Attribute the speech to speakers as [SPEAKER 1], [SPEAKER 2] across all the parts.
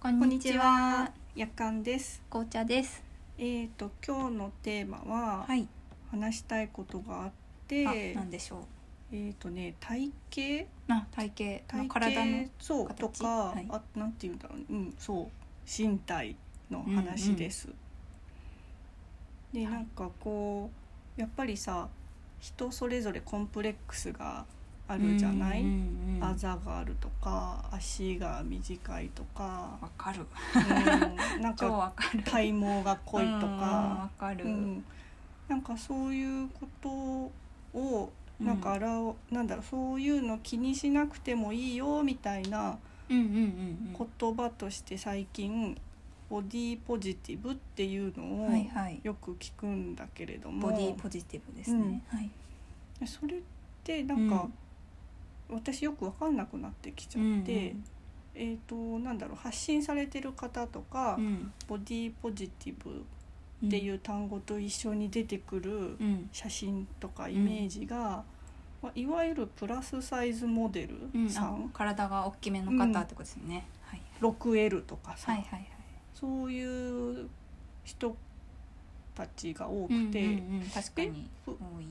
[SPEAKER 1] こんにちは。
[SPEAKER 2] やかんです。
[SPEAKER 1] 紅茶です。
[SPEAKER 2] えっ、と今日のテーマは、
[SPEAKER 1] はい。
[SPEAKER 2] 話したいことがあっ
[SPEAKER 1] あ、
[SPEAKER 2] て、
[SPEAKER 1] なんでしょう。
[SPEAKER 2] えっ、とね体型
[SPEAKER 1] あ、体型、
[SPEAKER 2] 体
[SPEAKER 1] の体の
[SPEAKER 2] 型そう
[SPEAKER 1] 形
[SPEAKER 2] とか、
[SPEAKER 1] はい
[SPEAKER 2] あなんていうんだろう、ね、うんそう身体の話です。
[SPEAKER 1] はい
[SPEAKER 2] でなんかこうやっぱりさ人それぞれコンプレックスがあ
[SPEAKER 1] あ
[SPEAKER 2] るじゃない、
[SPEAKER 1] うんうん
[SPEAKER 2] あざがあるとか足が短いと か、
[SPEAKER 1] わかる。
[SPEAKER 2] うん、なん
[SPEAKER 1] 超
[SPEAKER 2] か
[SPEAKER 1] わかる。
[SPEAKER 2] 体毛が濃いと
[SPEAKER 1] うん
[SPEAKER 2] か、
[SPEAKER 1] わかる。
[SPEAKER 2] う
[SPEAKER 1] うん
[SPEAKER 2] ん、なんかそういうことをなんかあらお、なんだろうそういうの気にしなくてもいいよみたいな
[SPEAKER 1] うんうんうん。
[SPEAKER 2] 言葉として最近ボディポジティブっていうのを
[SPEAKER 1] はいはい。
[SPEAKER 2] よく聞くんだけれども、
[SPEAKER 1] ボディポジティブですね。はい。
[SPEAKER 2] それってなんか、私よく分かんなくなってきちゃって、えっ、となんだろう発信されてる方とか、
[SPEAKER 1] うん。
[SPEAKER 2] ボディポジティブっていうう単語と一緒に出てくる
[SPEAKER 1] うん。
[SPEAKER 2] 写真とかイメージが、まあ、いわゆるプラスサイズモデ
[SPEAKER 1] うんあ
[SPEAKER 2] ルさん、
[SPEAKER 1] 体が大きめの方ってことですね。はい。
[SPEAKER 2] 6L とかさ、
[SPEAKER 1] はいはいはい。
[SPEAKER 2] そういう人たちが多
[SPEAKER 1] う
[SPEAKER 2] く
[SPEAKER 1] ん
[SPEAKER 2] て、
[SPEAKER 1] うんうん確かに多い。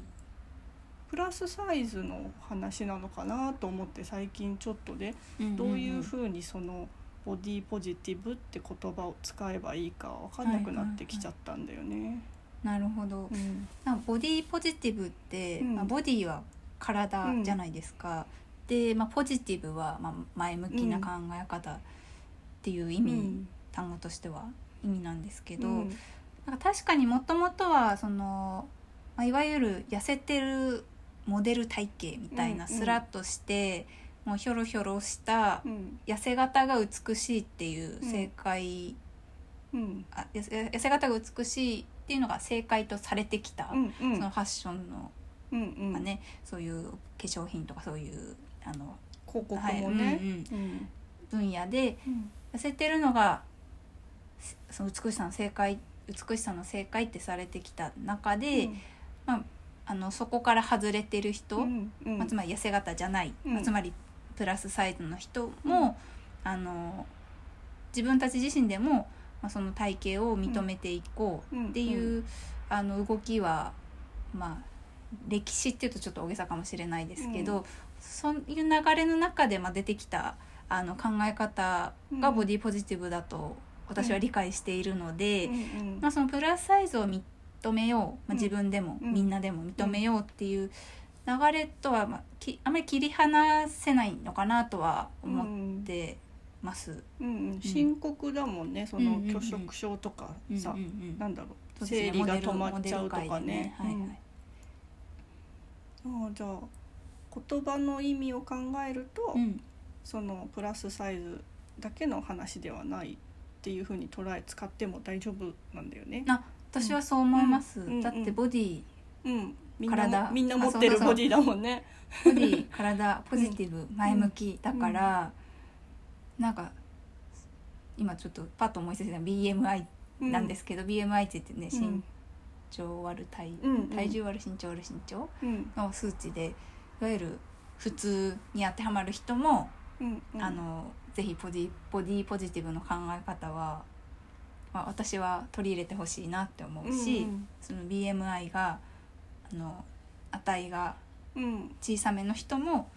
[SPEAKER 2] プラスサイズの話なのかなと思って最近ちょっとで、
[SPEAKER 1] んんん
[SPEAKER 2] どういうふうにそのボディポジティブって言葉を使えばいいか分かんなくなってきちゃったんだよね。
[SPEAKER 1] なるほど。
[SPEAKER 2] うん
[SPEAKER 1] なんかボディポジティブって、
[SPEAKER 2] うん
[SPEAKER 1] まあ、ボディは体じゃないですか、で、まあ、ポジティブは、まあ、前向きな考え方っていう意味、
[SPEAKER 2] うん
[SPEAKER 1] 単語としては意味なんですけど、
[SPEAKER 2] うん
[SPEAKER 1] なんか確かにもともとはその、まあ、いわゆる痩せてるモデル体型みたいな
[SPEAKER 2] うんうん
[SPEAKER 1] スラッとして、もうひょろひょろした
[SPEAKER 2] うん
[SPEAKER 1] 痩せ型が美しいっていう
[SPEAKER 2] うん
[SPEAKER 1] 正解、
[SPEAKER 2] うん
[SPEAKER 1] あ痩せ痩せ型が美しいっていうのが正解とされてきた、
[SPEAKER 2] うんうん
[SPEAKER 1] そのファッションの
[SPEAKER 2] うんうん
[SPEAKER 1] まあね、そういう化粧品とかそういうあの、
[SPEAKER 2] 広告
[SPEAKER 1] はい
[SPEAKER 2] もね
[SPEAKER 1] うんうん
[SPEAKER 2] うん
[SPEAKER 1] 分野で痩せてるのがせその美しさの正解美しさの正解ってされてきた中で、あのそこから外れてる人、
[SPEAKER 2] うんうん
[SPEAKER 1] まあつまり痩せ型じゃない、
[SPEAKER 2] うん
[SPEAKER 1] まあつまりプラスサイズの人も、あの自分たち自身でも、まあ、その体型を認めていこうっていう、
[SPEAKER 2] うん
[SPEAKER 1] あの動きはまあ歴史っていうとちょっと大げさかもしれないですけど、そういう流れの中でまあ出てきたあの考え方がボディポジティブだと私は理解しているので、
[SPEAKER 2] うん
[SPEAKER 1] まあ、そのプラスサイズを認めよう、まあ、
[SPEAKER 2] うん
[SPEAKER 1] 自分でも、
[SPEAKER 2] うん
[SPEAKER 1] みんなでも認めようっていう流れとは、まあ、きあまり切り離せないのかなとは思ってます。
[SPEAKER 2] うんうん深刻だもんねその
[SPEAKER 1] うんうんうん
[SPEAKER 2] 拒食症とかさ、
[SPEAKER 1] うんうん
[SPEAKER 2] なんだろ
[SPEAKER 1] そううですね
[SPEAKER 2] 生理が
[SPEAKER 1] モデル
[SPEAKER 2] 止まっちゃう
[SPEAKER 1] モ
[SPEAKER 2] とか
[SPEAKER 1] デル界で
[SPEAKER 2] ね
[SPEAKER 1] はいはい
[SPEAKER 2] うんああじゃあ言葉の意味を考えると、
[SPEAKER 1] うん
[SPEAKER 2] そのプラスサイズだけの話ではないっていうふうに捉え使っても大丈夫なんだよね。
[SPEAKER 1] 私はそう思います、
[SPEAKER 2] うんうん
[SPEAKER 1] だってボディ
[SPEAKER 2] うん、みんなも
[SPEAKER 1] 体
[SPEAKER 2] みんな持っ
[SPEAKER 1] あそう
[SPEAKER 2] てる
[SPEAKER 1] そうそう
[SPEAKER 2] ボディだもんね。
[SPEAKER 1] ボディ 体ポジティブ前向きだから、なんか今ちょっとパッと思いついたのは BMI
[SPEAKER 2] う
[SPEAKER 1] なんですけど、BMI って言ってね
[SPEAKER 2] うん
[SPEAKER 1] 身長割る体、
[SPEAKER 2] うんうん
[SPEAKER 1] 体重割る身長割る身長
[SPEAKER 2] うん
[SPEAKER 1] の数値でいわゆる普通に当てはまる人も、
[SPEAKER 2] うんうん
[SPEAKER 1] あのぜひポジボディポジティブの考え方は、まあ、私は取り入れてほしいなって思うし、
[SPEAKER 2] うん
[SPEAKER 1] その BMI があの値が
[SPEAKER 2] うんうん
[SPEAKER 1] 小さめの人も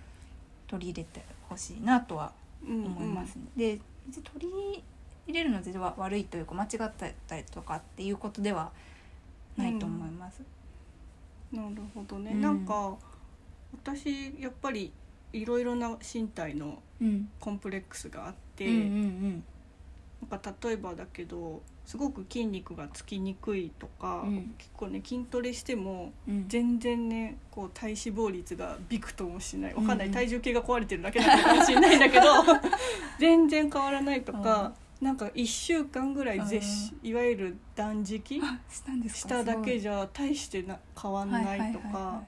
[SPEAKER 1] 取り入れてほしいなとは
[SPEAKER 2] うん
[SPEAKER 1] 思いますね。で別に取り入れるのは全然悪いというか間違ったりとかっていうことではないと思います。
[SPEAKER 2] なるほどね、
[SPEAKER 1] うん
[SPEAKER 2] なんか私やっぱりいろいろな身体の
[SPEAKER 1] うん、
[SPEAKER 2] コンプレックスがあって、
[SPEAKER 1] うんうん
[SPEAKER 2] なんか例えばだけどすごく筋肉がつきにくいとか、
[SPEAKER 1] うん
[SPEAKER 2] 結構ね筋トレしても
[SPEAKER 1] うんうん
[SPEAKER 2] 全然ねこう体脂肪率がびくともしないわかんない、
[SPEAKER 1] うんうん
[SPEAKER 2] 体重計が壊れてるだけなのかもしれないん だけど全然変わらないとか、なんか1週間ぐらい絶しいわゆる断食
[SPEAKER 1] あしたんですか
[SPEAKER 2] しただけ
[SPEAKER 1] じ
[SPEAKER 2] じゃ大してな変わんないとか。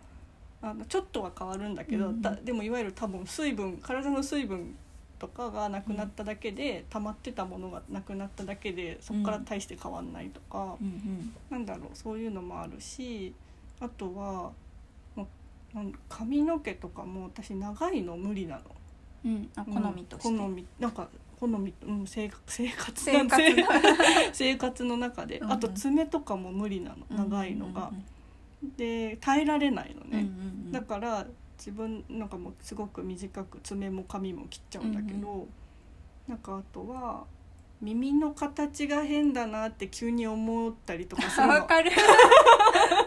[SPEAKER 2] あのちょっとは変わるんだけど、
[SPEAKER 1] うん
[SPEAKER 2] たでもいわゆる多分水分体の水分とかがなくなっただけで、溜まってたものがなくなっただけでそこから大して変わんないとか、
[SPEAKER 1] うん
[SPEAKER 2] なんだろうそういうのもあるしあとはもうなん髪の毛とかも私長いの無理なの。
[SPEAKER 1] うんうんあ好みとして、
[SPEAKER 2] 好みなんか好み、うん、生活生活
[SPEAKER 1] 生活
[SPEAKER 2] 生活の中で、
[SPEAKER 1] うん
[SPEAKER 2] あと爪とかも無理なの長いのが、で耐えられないの
[SPEAKER 1] うんうん
[SPEAKER 2] ね、
[SPEAKER 1] うん
[SPEAKER 2] だから自分なんかもうすごく短く爪も髪も切っちゃうんだけど、なんかあとは耳の形が変だなって急に思ったりとかする
[SPEAKER 1] あ
[SPEAKER 2] の
[SPEAKER 1] わかる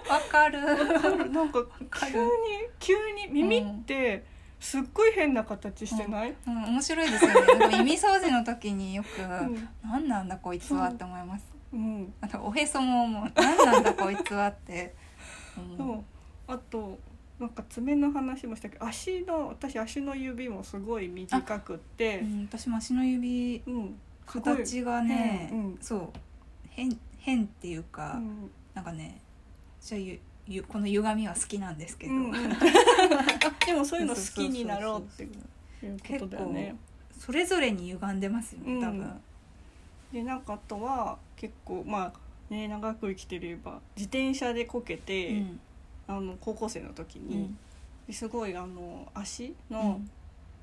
[SPEAKER 1] わかる
[SPEAKER 2] なんか
[SPEAKER 1] かる
[SPEAKER 2] 急に急に耳ってすっごい変な形してない、
[SPEAKER 1] うん面白いですよねなんか耳掃除の時によく
[SPEAKER 2] うん
[SPEAKER 1] 「何なんだこいつは」って思います
[SPEAKER 2] うん、
[SPEAKER 1] あとおへそももう「何なんだこいつは」って
[SPEAKER 2] そう
[SPEAKER 1] 思
[SPEAKER 2] あとなんか爪の話もしたけど足の私足の指もすごい短くっ
[SPEAKER 1] う、
[SPEAKER 2] て
[SPEAKER 1] う、ん、私も足の指
[SPEAKER 2] うん、すごい
[SPEAKER 1] 形がね、
[SPEAKER 2] うんうん
[SPEAKER 1] そう変変っていうか、
[SPEAKER 2] うん
[SPEAKER 1] なんかねじゃあゆゆこの歪みは好きなんですけど、
[SPEAKER 2] うんうんでもそういうの好きになろうっていうことだよね。
[SPEAKER 1] それぞれに歪んでますよね多分、
[SPEAKER 2] うんでなんかあとは結構まあね長く生きてれば自転車でこけて、
[SPEAKER 1] うん
[SPEAKER 2] あの高校生の時
[SPEAKER 1] う
[SPEAKER 2] に
[SPEAKER 1] ん、
[SPEAKER 2] ですごいあの足
[SPEAKER 1] う
[SPEAKER 2] の、
[SPEAKER 1] ん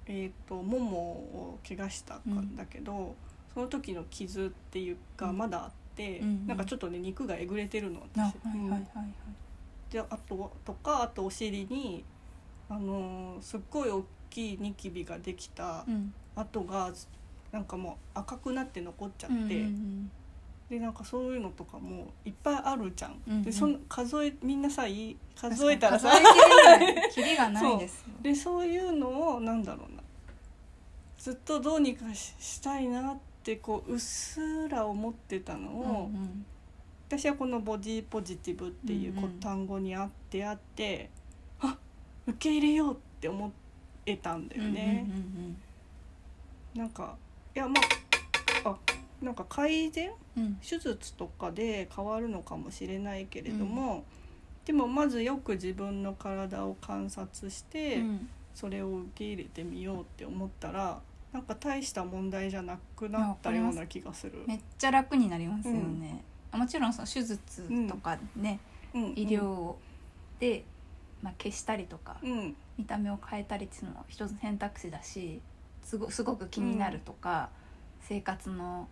[SPEAKER 2] えー、とももを怪我したんだけど、その時の傷っていうか
[SPEAKER 1] うん
[SPEAKER 2] まだあって、
[SPEAKER 1] うんうん
[SPEAKER 2] なんかちょっとね肉がえぐれてるの
[SPEAKER 1] あは
[SPEAKER 2] 私、
[SPEAKER 1] いはいはいはい
[SPEAKER 2] であととかあとお尻に、あのーすっごい大きいニキビができた
[SPEAKER 1] うん
[SPEAKER 2] 跡がなんかもう赤くなって残っちゃっ
[SPEAKER 1] うん
[SPEAKER 2] て、
[SPEAKER 1] うん
[SPEAKER 2] でなんかそういうのとかもいっぱいあるじゃん。
[SPEAKER 1] うんうん
[SPEAKER 2] でその数えみんなさい
[SPEAKER 1] うん
[SPEAKER 2] 数えたらさ
[SPEAKER 1] 数えきれないキリがないですよ
[SPEAKER 2] でそういうのをなんだろうなずっとどうにかししたいなってこううっすら思ってたの
[SPEAKER 1] う
[SPEAKER 2] を、
[SPEAKER 1] んうん
[SPEAKER 2] 私はこのボディポジティブっていうこう
[SPEAKER 1] うんうん
[SPEAKER 2] 単語にあってあって、あ受け入れようって思えたんだよね。
[SPEAKER 1] うんうん
[SPEAKER 2] なんかいやまああなんか改善
[SPEAKER 1] うんうん
[SPEAKER 2] 手術とかで変わるのかもしれないけれども、でもまずよく自分の体を観察して。
[SPEAKER 1] うん
[SPEAKER 2] それを受け入れてみようって思ったらなんか大した問題じゃなく
[SPEAKER 1] いや
[SPEAKER 2] な
[SPEAKER 1] わ
[SPEAKER 2] っ
[SPEAKER 1] か
[SPEAKER 2] た
[SPEAKER 1] り
[SPEAKER 2] よ
[SPEAKER 1] ま
[SPEAKER 2] う
[SPEAKER 1] す
[SPEAKER 2] な気がする。
[SPEAKER 1] めっちゃ楽になりますよね、もちろんその手術とかね、
[SPEAKER 2] うんうん
[SPEAKER 1] 医療で、まあ、消したりとか、
[SPEAKER 2] うん
[SPEAKER 1] 見た目を変えたりっていうのも一つ選択肢だしすごすごく気になるとか、生活の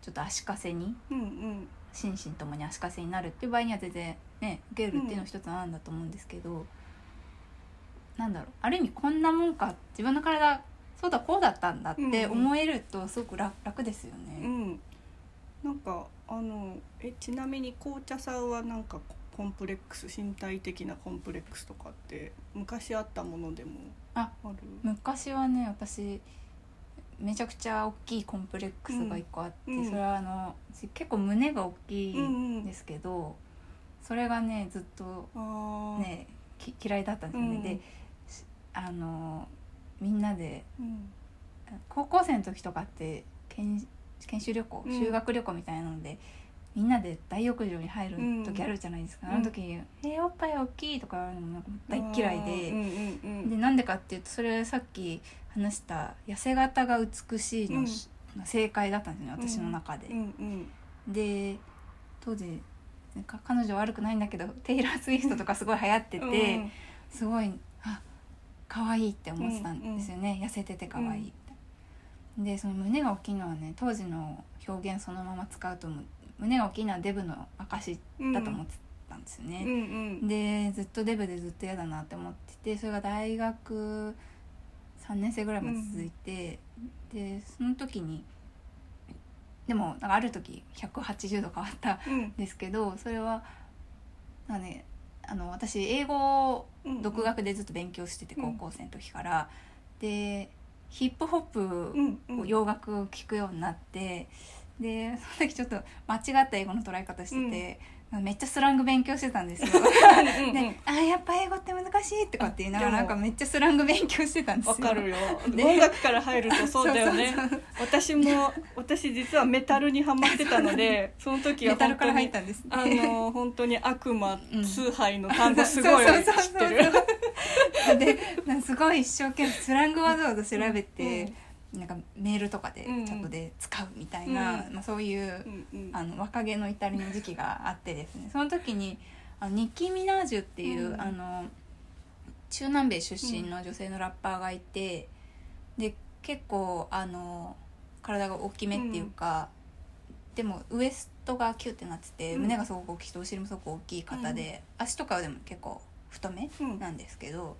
[SPEAKER 1] ちょっと足かせに
[SPEAKER 2] うんうん
[SPEAKER 1] 心身ともに足かせになるっていう場合には全然ね受けるっていうのは一つの案だと思うんですけど、なんだろうある意味こんなもんか自分の体そうだこうだったんだっ
[SPEAKER 2] うんう
[SPEAKER 1] て
[SPEAKER 2] ん
[SPEAKER 1] 思えるとすごく楽楽ですよ
[SPEAKER 2] う
[SPEAKER 1] ね。
[SPEAKER 2] んなんかあのえちなみに紅茶さんはなんかココンプレックス身体的なコンプレックスとかって昔あったものでもあ
[SPEAKER 1] あ
[SPEAKER 2] る
[SPEAKER 1] 昔はね私めちゃくちゃ大きいコンプレックスが一個あって、
[SPEAKER 2] うんうん
[SPEAKER 1] それはあの私結構胸が大きい、
[SPEAKER 2] うんうん
[SPEAKER 1] ですけどそれがねずっと
[SPEAKER 2] あー、
[SPEAKER 1] ねき嫌いだったんですよね、
[SPEAKER 2] うん
[SPEAKER 1] でしあのみんなで
[SPEAKER 2] うん
[SPEAKER 1] 高校生の時とかって研研修旅行
[SPEAKER 2] うん
[SPEAKER 1] 修学旅行みたいなので、みんなで大浴場に入る時あるじゃないですか、
[SPEAKER 2] うん
[SPEAKER 1] あの時に「えーおっぱい大きい」とか言われるのもなんか大っ嫌いで。
[SPEAKER 2] うんうん
[SPEAKER 1] でなんでかっていうとそれさっき話した痩せ型が美しいのし、正解だったんですよね私の中で、
[SPEAKER 2] うんうんうん
[SPEAKER 1] で当時なんか彼女は悪くないんだけどテイラー・スウィフトとかすごい流行ってて、
[SPEAKER 2] うん
[SPEAKER 1] すごいあ可愛いって思ってたんですよね、痩せてて可愛いって。でその胸が大きいのはね当時の表現そのまま使うとも胸が大きいのはデブの証
[SPEAKER 2] うん
[SPEAKER 1] だと思ってたんですよ
[SPEAKER 2] うんう
[SPEAKER 1] ね。で
[SPEAKER 2] ん
[SPEAKER 1] ずっとデブでずっと嫌だなって思っててそれが大学3年生ぐらいまで続いて、でその時にでもなんかある時180度変わった
[SPEAKER 2] うん
[SPEAKER 1] ですけどそれはなんかねあの私英語を
[SPEAKER 2] うん
[SPEAKER 1] 独学でずっと勉強してて
[SPEAKER 2] う
[SPEAKER 1] 高
[SPEAKER 2] ん
[SPEAKER 1] 校生の時から、でヒップホップ
[SPEAKER 2] うんうん
[SPEAKER 1] を洋楽を聴くようになってでその時ちょっと間違った英語の捉え方してて、めっちゃスラング勉強してたんですよ。
[SPEAKER 2] うんうん
[SPEAKER 1] で「あーやっぱ英語って難しい」とかって言いながら
[SPEAKER 2] あで
[SPEAKER 1] なん
[SPEAKER 2] も
[SPEAKER 1] かめっちゃスラング勉強してたん ですよ。
[SPEAKER 2] わかるよ
[SPEAKER 1] ね
[SPEAKER 2] 音楽から入るとそうだよね
[SPEAKER 1] そうそう
[SPEAKER 2] 私も私実はメタルにハマってたの でその時は
[SPEAKER 1] メタ
[SPEAKER 2] 本
[SPEAKER 1] ルか
[SPEAKER 2] 当
[SPEAKER 1] ら入っ
[SPEAKER 2] に
[SPEAKER 1] たんですね
[SPEAKER 2] あの本当に悪魔
[SPEAKER 1] うん
[SPEAKER 2] 崇拝の単語すごい 知
[SPEAKER 1] そうそうそう
[SPEAKER 2] ってる
[SPEAKER 1] そうでなんかすごい一生懸命スラングワードを調べて、なんかメールとかでチ
[SPEAKER 2] うん
[SPEAKER 1] ャットで使うみたいな、
[SPEAKER 2] うん
[SPEAKER 1] まあ、そういう、
[SPEAKER 2] うんうん
[SPEAKER 1] あの若気の至りの時期があってですねその時にあのニッキー・ミナージュっていう、
[SPEAKER 2] うん
[SPEAKER 1] あの中南米出身の女性のラッパーがいて、で結構あの体が大きめっていうか、でもウエストがキュッてなってて
[SPEAKER 2] うん
[SPEAKER 1] 胸がすごく大きくてお尻もすごく大きい方で、足とかはでも結構太め
[SPEAKER 2] うん
[SPEAKER 1] なんですけど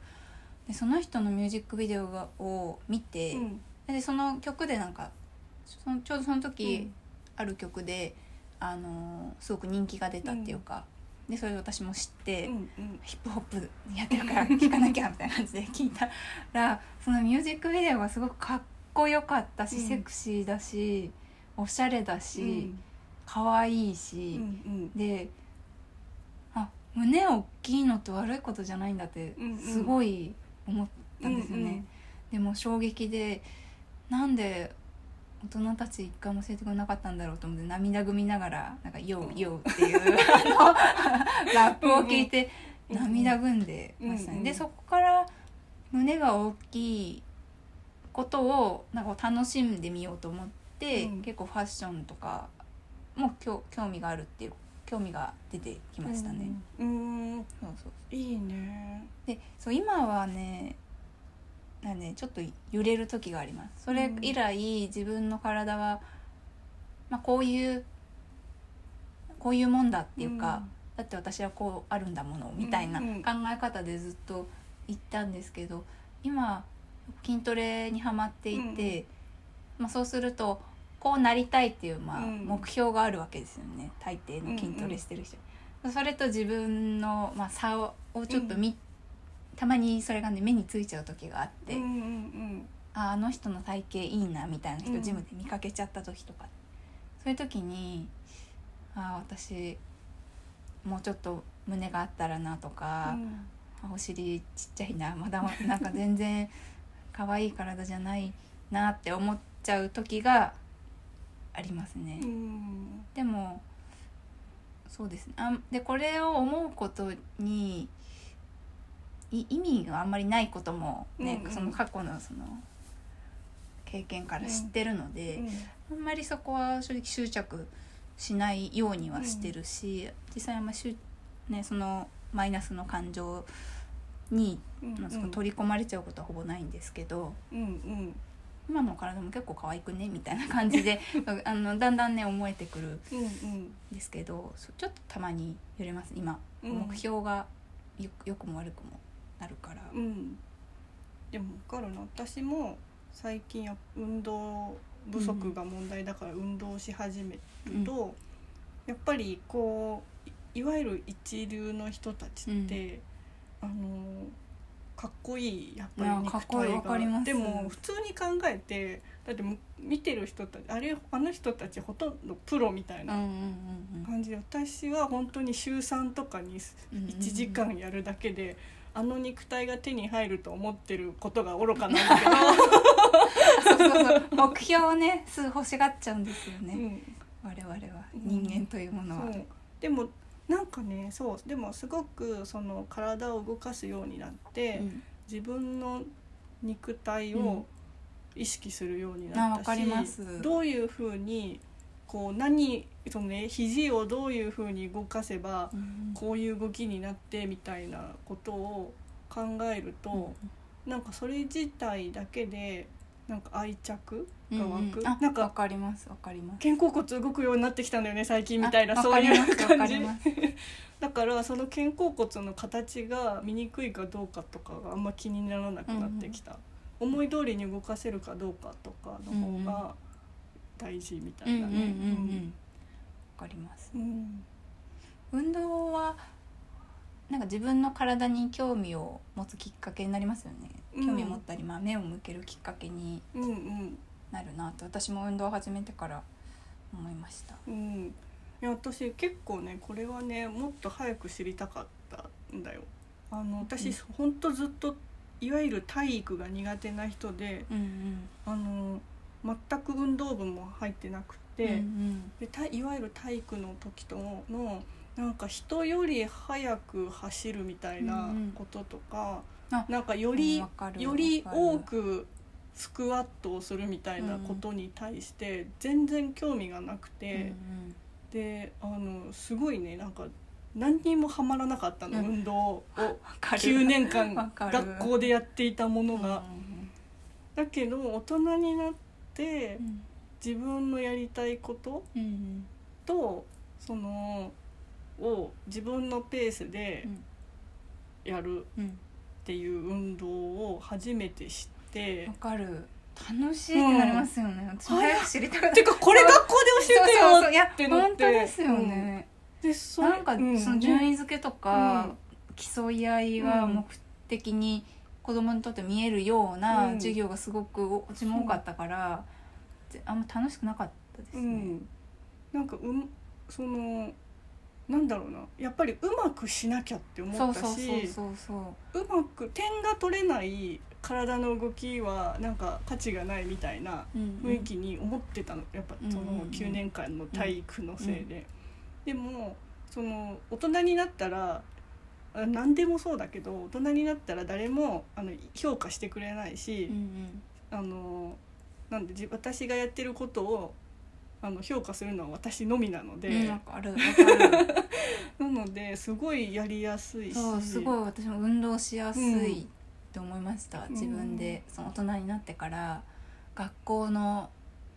[SPEAKER 1] でその人のミュージックビデオがを見て、
[SPEAKER 2] うん
[SPEAKER 1] でその曲でなんかそのちょうどその時、ある曲で、あのーすごく人気が出たっていうか、でそれで私も知って、
[SPEAKER 2] うんうん
[SPEAKER 1] ヒップホップやってるから聴かなきゃみたいな感じで聞いたらそのミュージックビデオがすごくかっこよかったし、
[SPEAKER 2] うん
[SPEAKER 1] セクシーだしおしゃれだ
[SPEAKER 2] う
[SPEAKER 1] し
[SPEAKER 2] ん
[SPEAKER 1] 可愛、いいうし、
[SPEAKER 2] ん
[SPEAKER 1] であ胸大きいのって悪いことじゃないんだって
[SPEAKER 2] うんうん
[SPEAKER 1] すごい思ったんですよね、
[SPEAKER 2] うんうん
[SPEAKER 1] でも衝撃でなんで大人たち一回も教えてくれなかったんだろうと思って涙ぐみながら「なんかようよう」っていうあのラップを聞いて
[SPEAKER 2] うんうん
[SPEAKER 1] 涙ぐんでましたね、
[SPEAKER 2] うんうん
[SPEAKER 1] でそこから胸が大きいことをなんか楽しんでみようと思って、
[SPEAKER 2] うん
[SPEAKER 1] 結構ファッションとかも興興味があるっていう興味が出てきましたね。
[SPEAKER 2] うんうん
[SPEAKER 1] そうそう
[SPEAKER 2] いいね
[SPEAKER 1] でそう今はねなんでちょっと揺れる時がありますそれ以来、自分の体は、まあ、こういうこういうもんだっていうか、だって私はこうあるんだものみたいな
[SPEAKER 2] う
[SPEAKER 1] 考
[SPEAKER 2] んうん
[SPEAKER 1] え方でずっと言ったんですけど今筋トレにはまっていて、まあ、そうするとこうなりたいっていう、まあ、
[SPEAKER 2] うん
[SPEAKER 1] 目標があるわけですよね大抵の筋トレしてる人、それと自分の、まあ、差をちょっと見、たまにそれがね目についちゃう時があって、
[SPEAKER 2] うんうん
[SPEAKER 1] ああの人の体型いいなみたいな人、
[SPEAKER 2] うん
[SPEAKER 1] ジムで見かけちゃった時とかそういう時にああ私もうちょっと胸があったらなと
[SPEAKER 2] う
[SPEAKER 1] か、
[SPEAKER 2] ん
[SPEAKER 1] あお尻ちっちゃいなま だなんか全然可愛い体じゃないなって思っちゃう時がありますね。
[SPEAKER 2] うん
[SPEAKER 1] でもそうですねあでこれを思うことにい意味があんまりないこともね、
[SPEAKER 2] うんうん
[SPEAKER 1] その過去のその経験から知ってるので、あんまりそこは正直執着しないようにはしてるし、実際あんましゅ、ね、そのマイナスの感情に、
[SPEAKER 2] うん
[SPEAKER 1] まあそこ取り込まれちゃうことはほぼないんですけど。
[SPEAKER 2] うんうん
[SPEAKER 1] 今の体も結構可愛くねみたいな感 じであのだんだんね思えてくる
[SPEAKER 2] うんうん
[SPEAKER 1] ですけどそちょっとたまに揺れます今、
[SPEAKER 2] うん
[SPEAKER 1] 目標がよよくも悪くもなるから、
[SPEAKER 2] うんでも分かるな私も最近や運動不足が問題だから運動し始めると、やっぱりこういいわゆる一流の人たちって、あのかっこいいやっぱり
[SPEAKER 1] いや
[SPEAKER 2] 肉体が
[SPEAKER 1] かっこいいわかります
[SPEAKER 2] でも普通に考えてだってむ見てる人たちあれあの人たちほとんどプロみたい
[SPEAKER 1] うんうん
[SPEAKER 2] な
[SPEAKER 1] うん
[SPEAKER 2] 感じで、私は本当に週3とかに
[SPEAKER 1] う ん
[SPEAKER 2] 1時間やるだけで、あの肉体が手に入ると思ってることが愚かなんだ
[SPEAKER 1] そ
[SPEAKER 2] けど、
[SPEAKER 1] うそうそう目標をねすぐ欲しがっちゃうんですよね、
[SPEAKER 2] うん
[SPEAKER 1] 我々は
[SPEAKER 2] うん
[SPEAKER 1] 人間というものは、
[SPEAKER 2] そうでもなんかねそうでもすごくその体を動かすようになって、
[SPEAKER 1] うん
[SPEAKER 2] 自分の肉体
[SPEAKER 1] うん
[SPEAKER 2] を意識するようにな
[SPEAKER 1] あ
[SPEAKER 2] った
[SPEAKER 1] わか
[SPEAKER 2] し、
[SPEAKER 1] ります
[SPEAKER 2] どういうふうにこう何そのね肘をどういうふうに動かせば
[SPEAKER 1] うん
[SPEAKER 2] こういう動きになってみたいなことを考えると、なんかそれ自体だけでなんか愛着
[SPEAKER 1] うん
[SPEAKER 2] が
[SPEAKER 1] う
[SPEAKER 2] 湧
[SPEAKER 1] ん
[SPEAKER 2] く、
[SPEAKER 1] あ
[SPEAKER 2] な
[SPEAKER 1] わ
[SPEAKER 2] んか
[SPEAKER 1] かりますわかります
[SPEAKER 2] 肩甲骨動くようになってきたんだよね最近みたいな
[SPEAKER 1] あ
[SPEAKER 2] そうい
[SPEAKER 1] わかりま
[SPEAKER 2] う
[SPEAKER 1] すわ
[SPEAKER 2] 感
[SPEAKER 1] か
[SPEAKER 2] じ
[SPEAKER 1] ります
[SPEAKER 2] だからその肩甲骨の形が見にくいかどうかとかがあんま気にならなくなってきた、思い通りに動かせるかどうかとかの方が大事みた
[SPEAKER 1] うんう
[SPEAKER 2] い
[SPEAKER 1] んうん
[SPEAKER 2] な
[SPEAKER 1] う
[SPEAKER 2] ね
[SPEAKER 1] んわかります
[SPEAKER 2] うんうん
[SPEAKER 1] 運動はなんか自分の体に興味を持つきっかけになりますよね、
[SPEAKER 2] うん
[SPEAKER 1] 興味を持ったり、まあ、目を向けるきっかけに
[SPEAKER 2] うんうん
[SPEAKER 1] なるなと私も運動を始めてから思いました
[SPEAKER 2] うんいや私結構ねこれはねもっと早く知りたかったんだよあの私、
[SPEAKER 1] うん
[SPEAKER 2] ほんとずっといわゆる体育が苦手な人で
[SPEAKER 1] うん
[SPEAKER 2] あの全く運動部も入ってなく
[SPEAKER 1] うん
[SPEAKER 2] て、
[SPEAKER 1] うん
[SPEAKER 2] でたいわゆる体育の時とののなんか人より速く走るみたいなこととか、
[SPEAKER 1] うんあ
[SPEAKER 2] なんか
[SPEAKER 1] う
[SPEAKER 2] よ
[SPEAKER 1] ん、
[SPEAKER 2] り、
[SPEAKER 1] わかる
[SPEAKER 2] より多
[SPEAKER 1] わかる
[SPEAKER 2] くスクワットをするみたいなことに対して全然興味がなくて。
[SPEAKER 1] うん
[SPEAKER 2] であのすごいねなんか何にもハマらなかったの、
[SPEAKER 1] うん
[SPEAKER 2] 運動を
[SPEAKER 1] うん、わかる
[SPEAKER 2] 9年間
[SPEAKER 1] わかる
[SPEAKER 2] 学校でやっていたものが、
[SPEAKER 1] うん
[SPEAKER 2] だけど大人になって
[SPEAKER 1] うん
[SPEAKER 2] 自分のやりたいこと
[SPEAKER 1] うん
[SPEAKER 2] とそのを自分のペースで
[SPEAKER 1] うん
[SPEAKER 2] やるっ
[SPEAKER 1] うん
[SPEAKER 2] ていう運動を初めて知って
[SPEAKER 1] わ、かる楽しいってなりますよね、私も早く知りたくな
[SPEAKER 2] て
[SPEAKER 1] る
[SPEAKER 2] かこれ学校で教えてよ
[SPEAKER 1] いや
[SPEAKER 2] てなって
[SPEAKER 1] 本当ですよね、
[SPEAKER 2] でそ
[SPEAKER 1] なんか
[SPEAKER 2] うん
[SPEAKER 1] その順位付けとか、
[SPEAKER 2] うん
[SPEAKER 1] 競い合いが目的に子供にとって見えるような
[SPEAKER 2] うん
[SPEAKER 1] 授業がすごくうちも多かったから、ぜあんま楽しくなかったです
[SPEAKER 2] う
[SPEAKER 1] ね、
[SPEAKER 2] ん、なんかうんそのなんだろうなやっぱりうまくしなきゃって思
[SPEAKER 1] そ
[SPEAKER 2] っ
[SPEAKER 1] う
[SPEAKER 2] た
[SPEAKER 1] そうそう
[SPEAKER 2] し
[SPEAKER 1] そうそう
[SPEAKER 2] まく点が取れない体の動きはなんか価値がないみたいな
[SPEAKER 1] う、うん
[SPEAKER 2] 雰囲気に思ってたのやっぱそ
[SPEAKER 1] うんうんう
[SPEAKER 2] の
[SPEAKER 1] ん
[SPEAKER 2] 9年間の体育のせいで。でもその大人になったらあ何でもそうだけど大人になったら誰もあの評価してくれないし、
[SPEAKER 1] うん
[SPEAKER 2] あのなんでじ私がやってることをあの評価するのは私のみなの
[SPEAKER 1] う
[SPEAKER 2] で、
[SPEAKER 1] ん、うん、わかるわかる
[SPEAKER 2] なのですごいやりやすいし
[SPEAKER 1] そうすごい私も運動しやす
[SPEAKER 2] うん
[SPEAKER 1] いって思いました、自分でその大人になってから学校の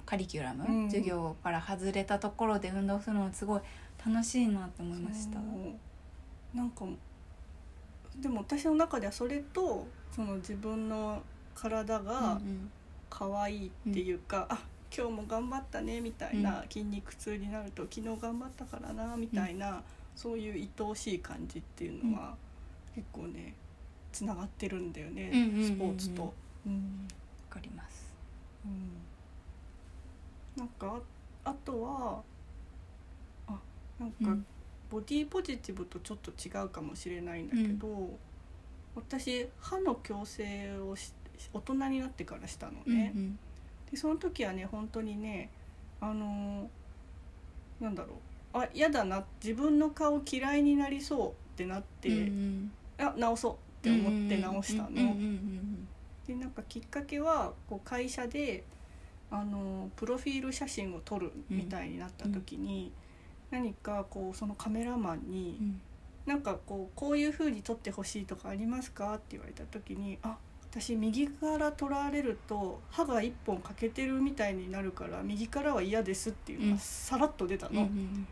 [SPEAKER 1] カリキュラム、
[SPEAKER 2] うん
[SPEAKER 1] 授業から外れたところで運動するのすごい楽しいなって思いました
[SPEAKER 2] そうなんかでも私の中ではそれとその自分の体が
[SPEAKER 1] うん
[SPEAKER 2] 可愛いっていうか、あ今日も頑張ったねみたいな、
[SPEAKER 1] う
[SPEAKER 2] 筋肉痛になると昨日頑張ったからなみたいな、そういう愛おしい感じっていうのは、結構ねつながってるんだよね、
[SPEAKER 1] うんうんうんうん
[SPEAKER 2] スポーツと。うん
[SPEAKER 1] わかります
[SPEAKER 2] うんなんかああとはあなんか、
[SPEAKER 1] うん
[SPEAKER 2] ボディーポジティブとちょっと違うかもしれないんだけど、私歯の矯正をし大人になってからしたのね、
[SPEAKER 1] うん
[SPEAKER 2] でその時はね本当にねあのーなんだろうあ嫌だな自分の顔嫌いになりそうってなって、
[SPEAKER 1] うんうん
[SPEAKER 2] あ直そうって思って直したの。
[SPEAKER 1] うんうんうん
[SPEAKER 2] でなんかきっかけはこう会社であのプロフィール写真を撮るみたいになった時に、何かこうそのカメラマンに
[SPEAKER 1] うんうん
[SPEAKER 2] 「なんかこうこういう風に撮ってほしいとかありますか?」って言われた時に「あ私右から撮られると歯が1本欠けてるみたいになるから右からは嫌です」っていうの
[SPEAKER 1] うん
[SPEAKER 2] がさらっと出た
[SPEAKER 1] うんう
[SPEAKER 2] の。
[SPEAKER 1] ん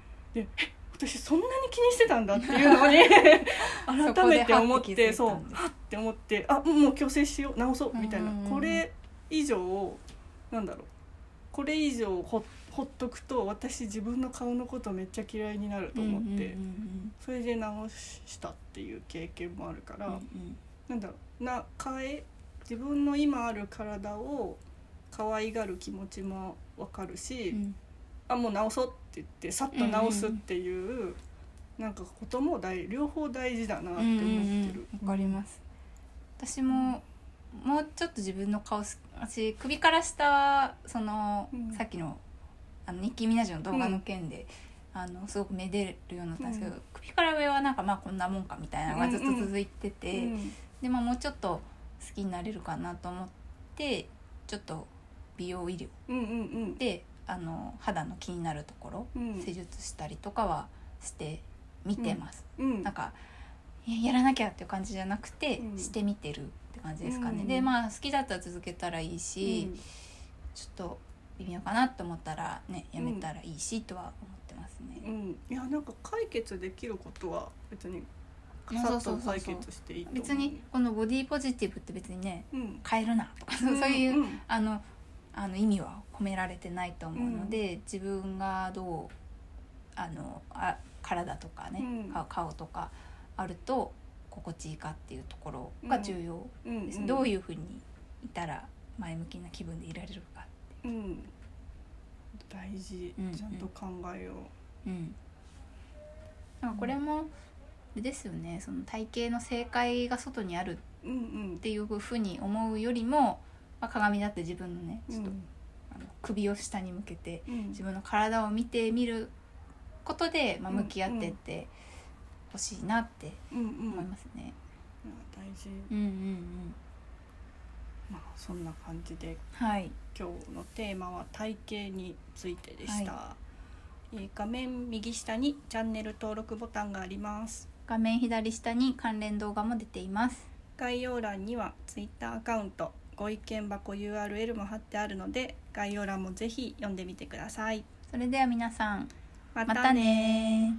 [SPEAKER 2] 私そんなに気にしてたんだっていう のに
[SPEAKER 1] うん
[SPEAKER 2] 改めて思っ
[SPEAKER 1] そこでハッて気
[SPEAKER 2] て
[SPEAKER 1] づいた
[SPEAKER 2] そうん
[SPEAKER 1] です
[SPEAKER 2] はって思ってあもう矯正しよう直そうみたいな
[SPEAKER 1] うんうんうん
[SPEAKER 2] これ以上なんだろうこれ以上ほほっとくと私自分の顔のことめっちゃ嫌いになると思って、
[SPEAKER 1] うんうん
[SPEAKER 2] それで直したっていう経験もあるか
[SPEAKER 1] う
[SPEAKER 2] ら、
[SPEAKER 1] んうん
[SPEAKER 2] なんだろうな変え自分の今ある体を可愛がる気持ちもわかるし、
[SPEAKER 1] うん
[SPEAKER 2] あもう直そうって言ってさっと直すっていう、なんかことも大両方大事だなって
[SPEAKER 1] うん
[SPEAKER 2] 思
[SPEAKER 1] う
[SPEAKER 2] っ
[SPEAKER 1] んうん
[SPEAKER 2] てる。
[SPEAKER 1] わかります私ももうちょっと自分の顔好き私首から下その、
[SPEAKER 2] うん
[SPEAKER 1] さっきのあのニッキー・ミナージュの動画の件で、あのすごくめでるようになったんですけど、
[SPEAKER 2] う
[SPEAKER 1] 首から上はなんかまあこんなもんかみたいなのがずっと
[SPEAKER 2] うんうん
[SPEAKER 1] 続いてて、
[SPEAKER 2] うん
[SPEAKER 1] で、まあ、もうちょっと好きになれるかなと思ってちょっと美容医療
[SPEAKER 2] うんうん
[SPEAKER 1] であの肌の気になるところ
[SPEAKER 2] うんうん
[SPEAKER 1] 施術したりとかはして見てます。
[SPEAKER 2] うん
[SPEAKER 1] なんかえやらなきゃっていう感じじゃなくて、
[SPEAKER 2] うん
[SPEAKER 1] してみてるって感じですかね、
[SPEAKER 2] うん
[SPEAKER 1] でまあ好きだったら続けたらいいし、ちょっと微妙かなと思ったらねやめたらいいし、とは思ってます
[SPEAKER 2] う
[SPEAKER 1] ね、
[SPEAKER 2] ん、いやなんか解決できることは別に
[SPEAKER 1] いや
[SPEAKER 2] さっ
[SPEAKER 1] そう
[SPEAKER 2] と
[SPEAKER 1] そうそう
[SPEAKER 2] 解
[SPEAKER 1] そう
[SPEAKER 2] 決していいと思う
[SPEAKER 1] 別にこのボディーポジティブって別にね
[SPEAKER 2] うん
[SPEAKER 1] 変えるなとか、そういう、
[SPEAKER 2] んん
[SPEAKER 1] あのあの意味は込められてないと思うので、自分がどうあのあ体とかね、
[SPEAKER 2] うん
[SPEAKER 1] 顔顔とかあると心地いいかっていうところが重要、
[SPEAKER 2] うんうん
[SPEAKER 1] どういうふうにいたら前向きな気分でいられるか、
[SPEAKER 2] うん、大事
[SPEAKER 1] うんうん
[SPEAKER 2] ちゃんと考えよ
[SPEAKER 1] うん、なんかこれもあれですよねその体型の正解が外にあるっ
[SPEAKER 2] う、うん
[SPEAKER 1] ていうふうに思うよりも、まあ、鏡だって自分のね
[SPEAKER 2] うん
[SPEAKER 1] ちょっと、あの首を下に向けて
[SPEAKER 2] うん
[SPEAKER 1] 自分の体を見てみることで、まあ、
[SPEAKER 2] うん
[SPEAKER 1] 向き合ってってほしいなって
[SPEAKER 2] うんうん
[SPEAKER 1] 思い
[SPEAKER 2] い
[SPEAKER 1] ますね。
[SPEAKER 2] や大事
[SPEAKER 1] うんうんうん、
[SPEAKER 2] まあそんな感じで
[SPEAKER 1] はい、
[SPEAKER 2] 今日のテーマは体型についてでした、えー画面右下にチャンネル登録ボタンがあります
[SPEAKER 1] 画面左下に関連動画も出ています。
[SPEAKER 2] 概要欄には Twitter アカウントご意見箱 URL も貼ってあるので概要欄もぜひ読んでみてください。
[SPEAKER 1] それでは皆さん
[SPEAKER 2] ま
[SPEAKER 1] またね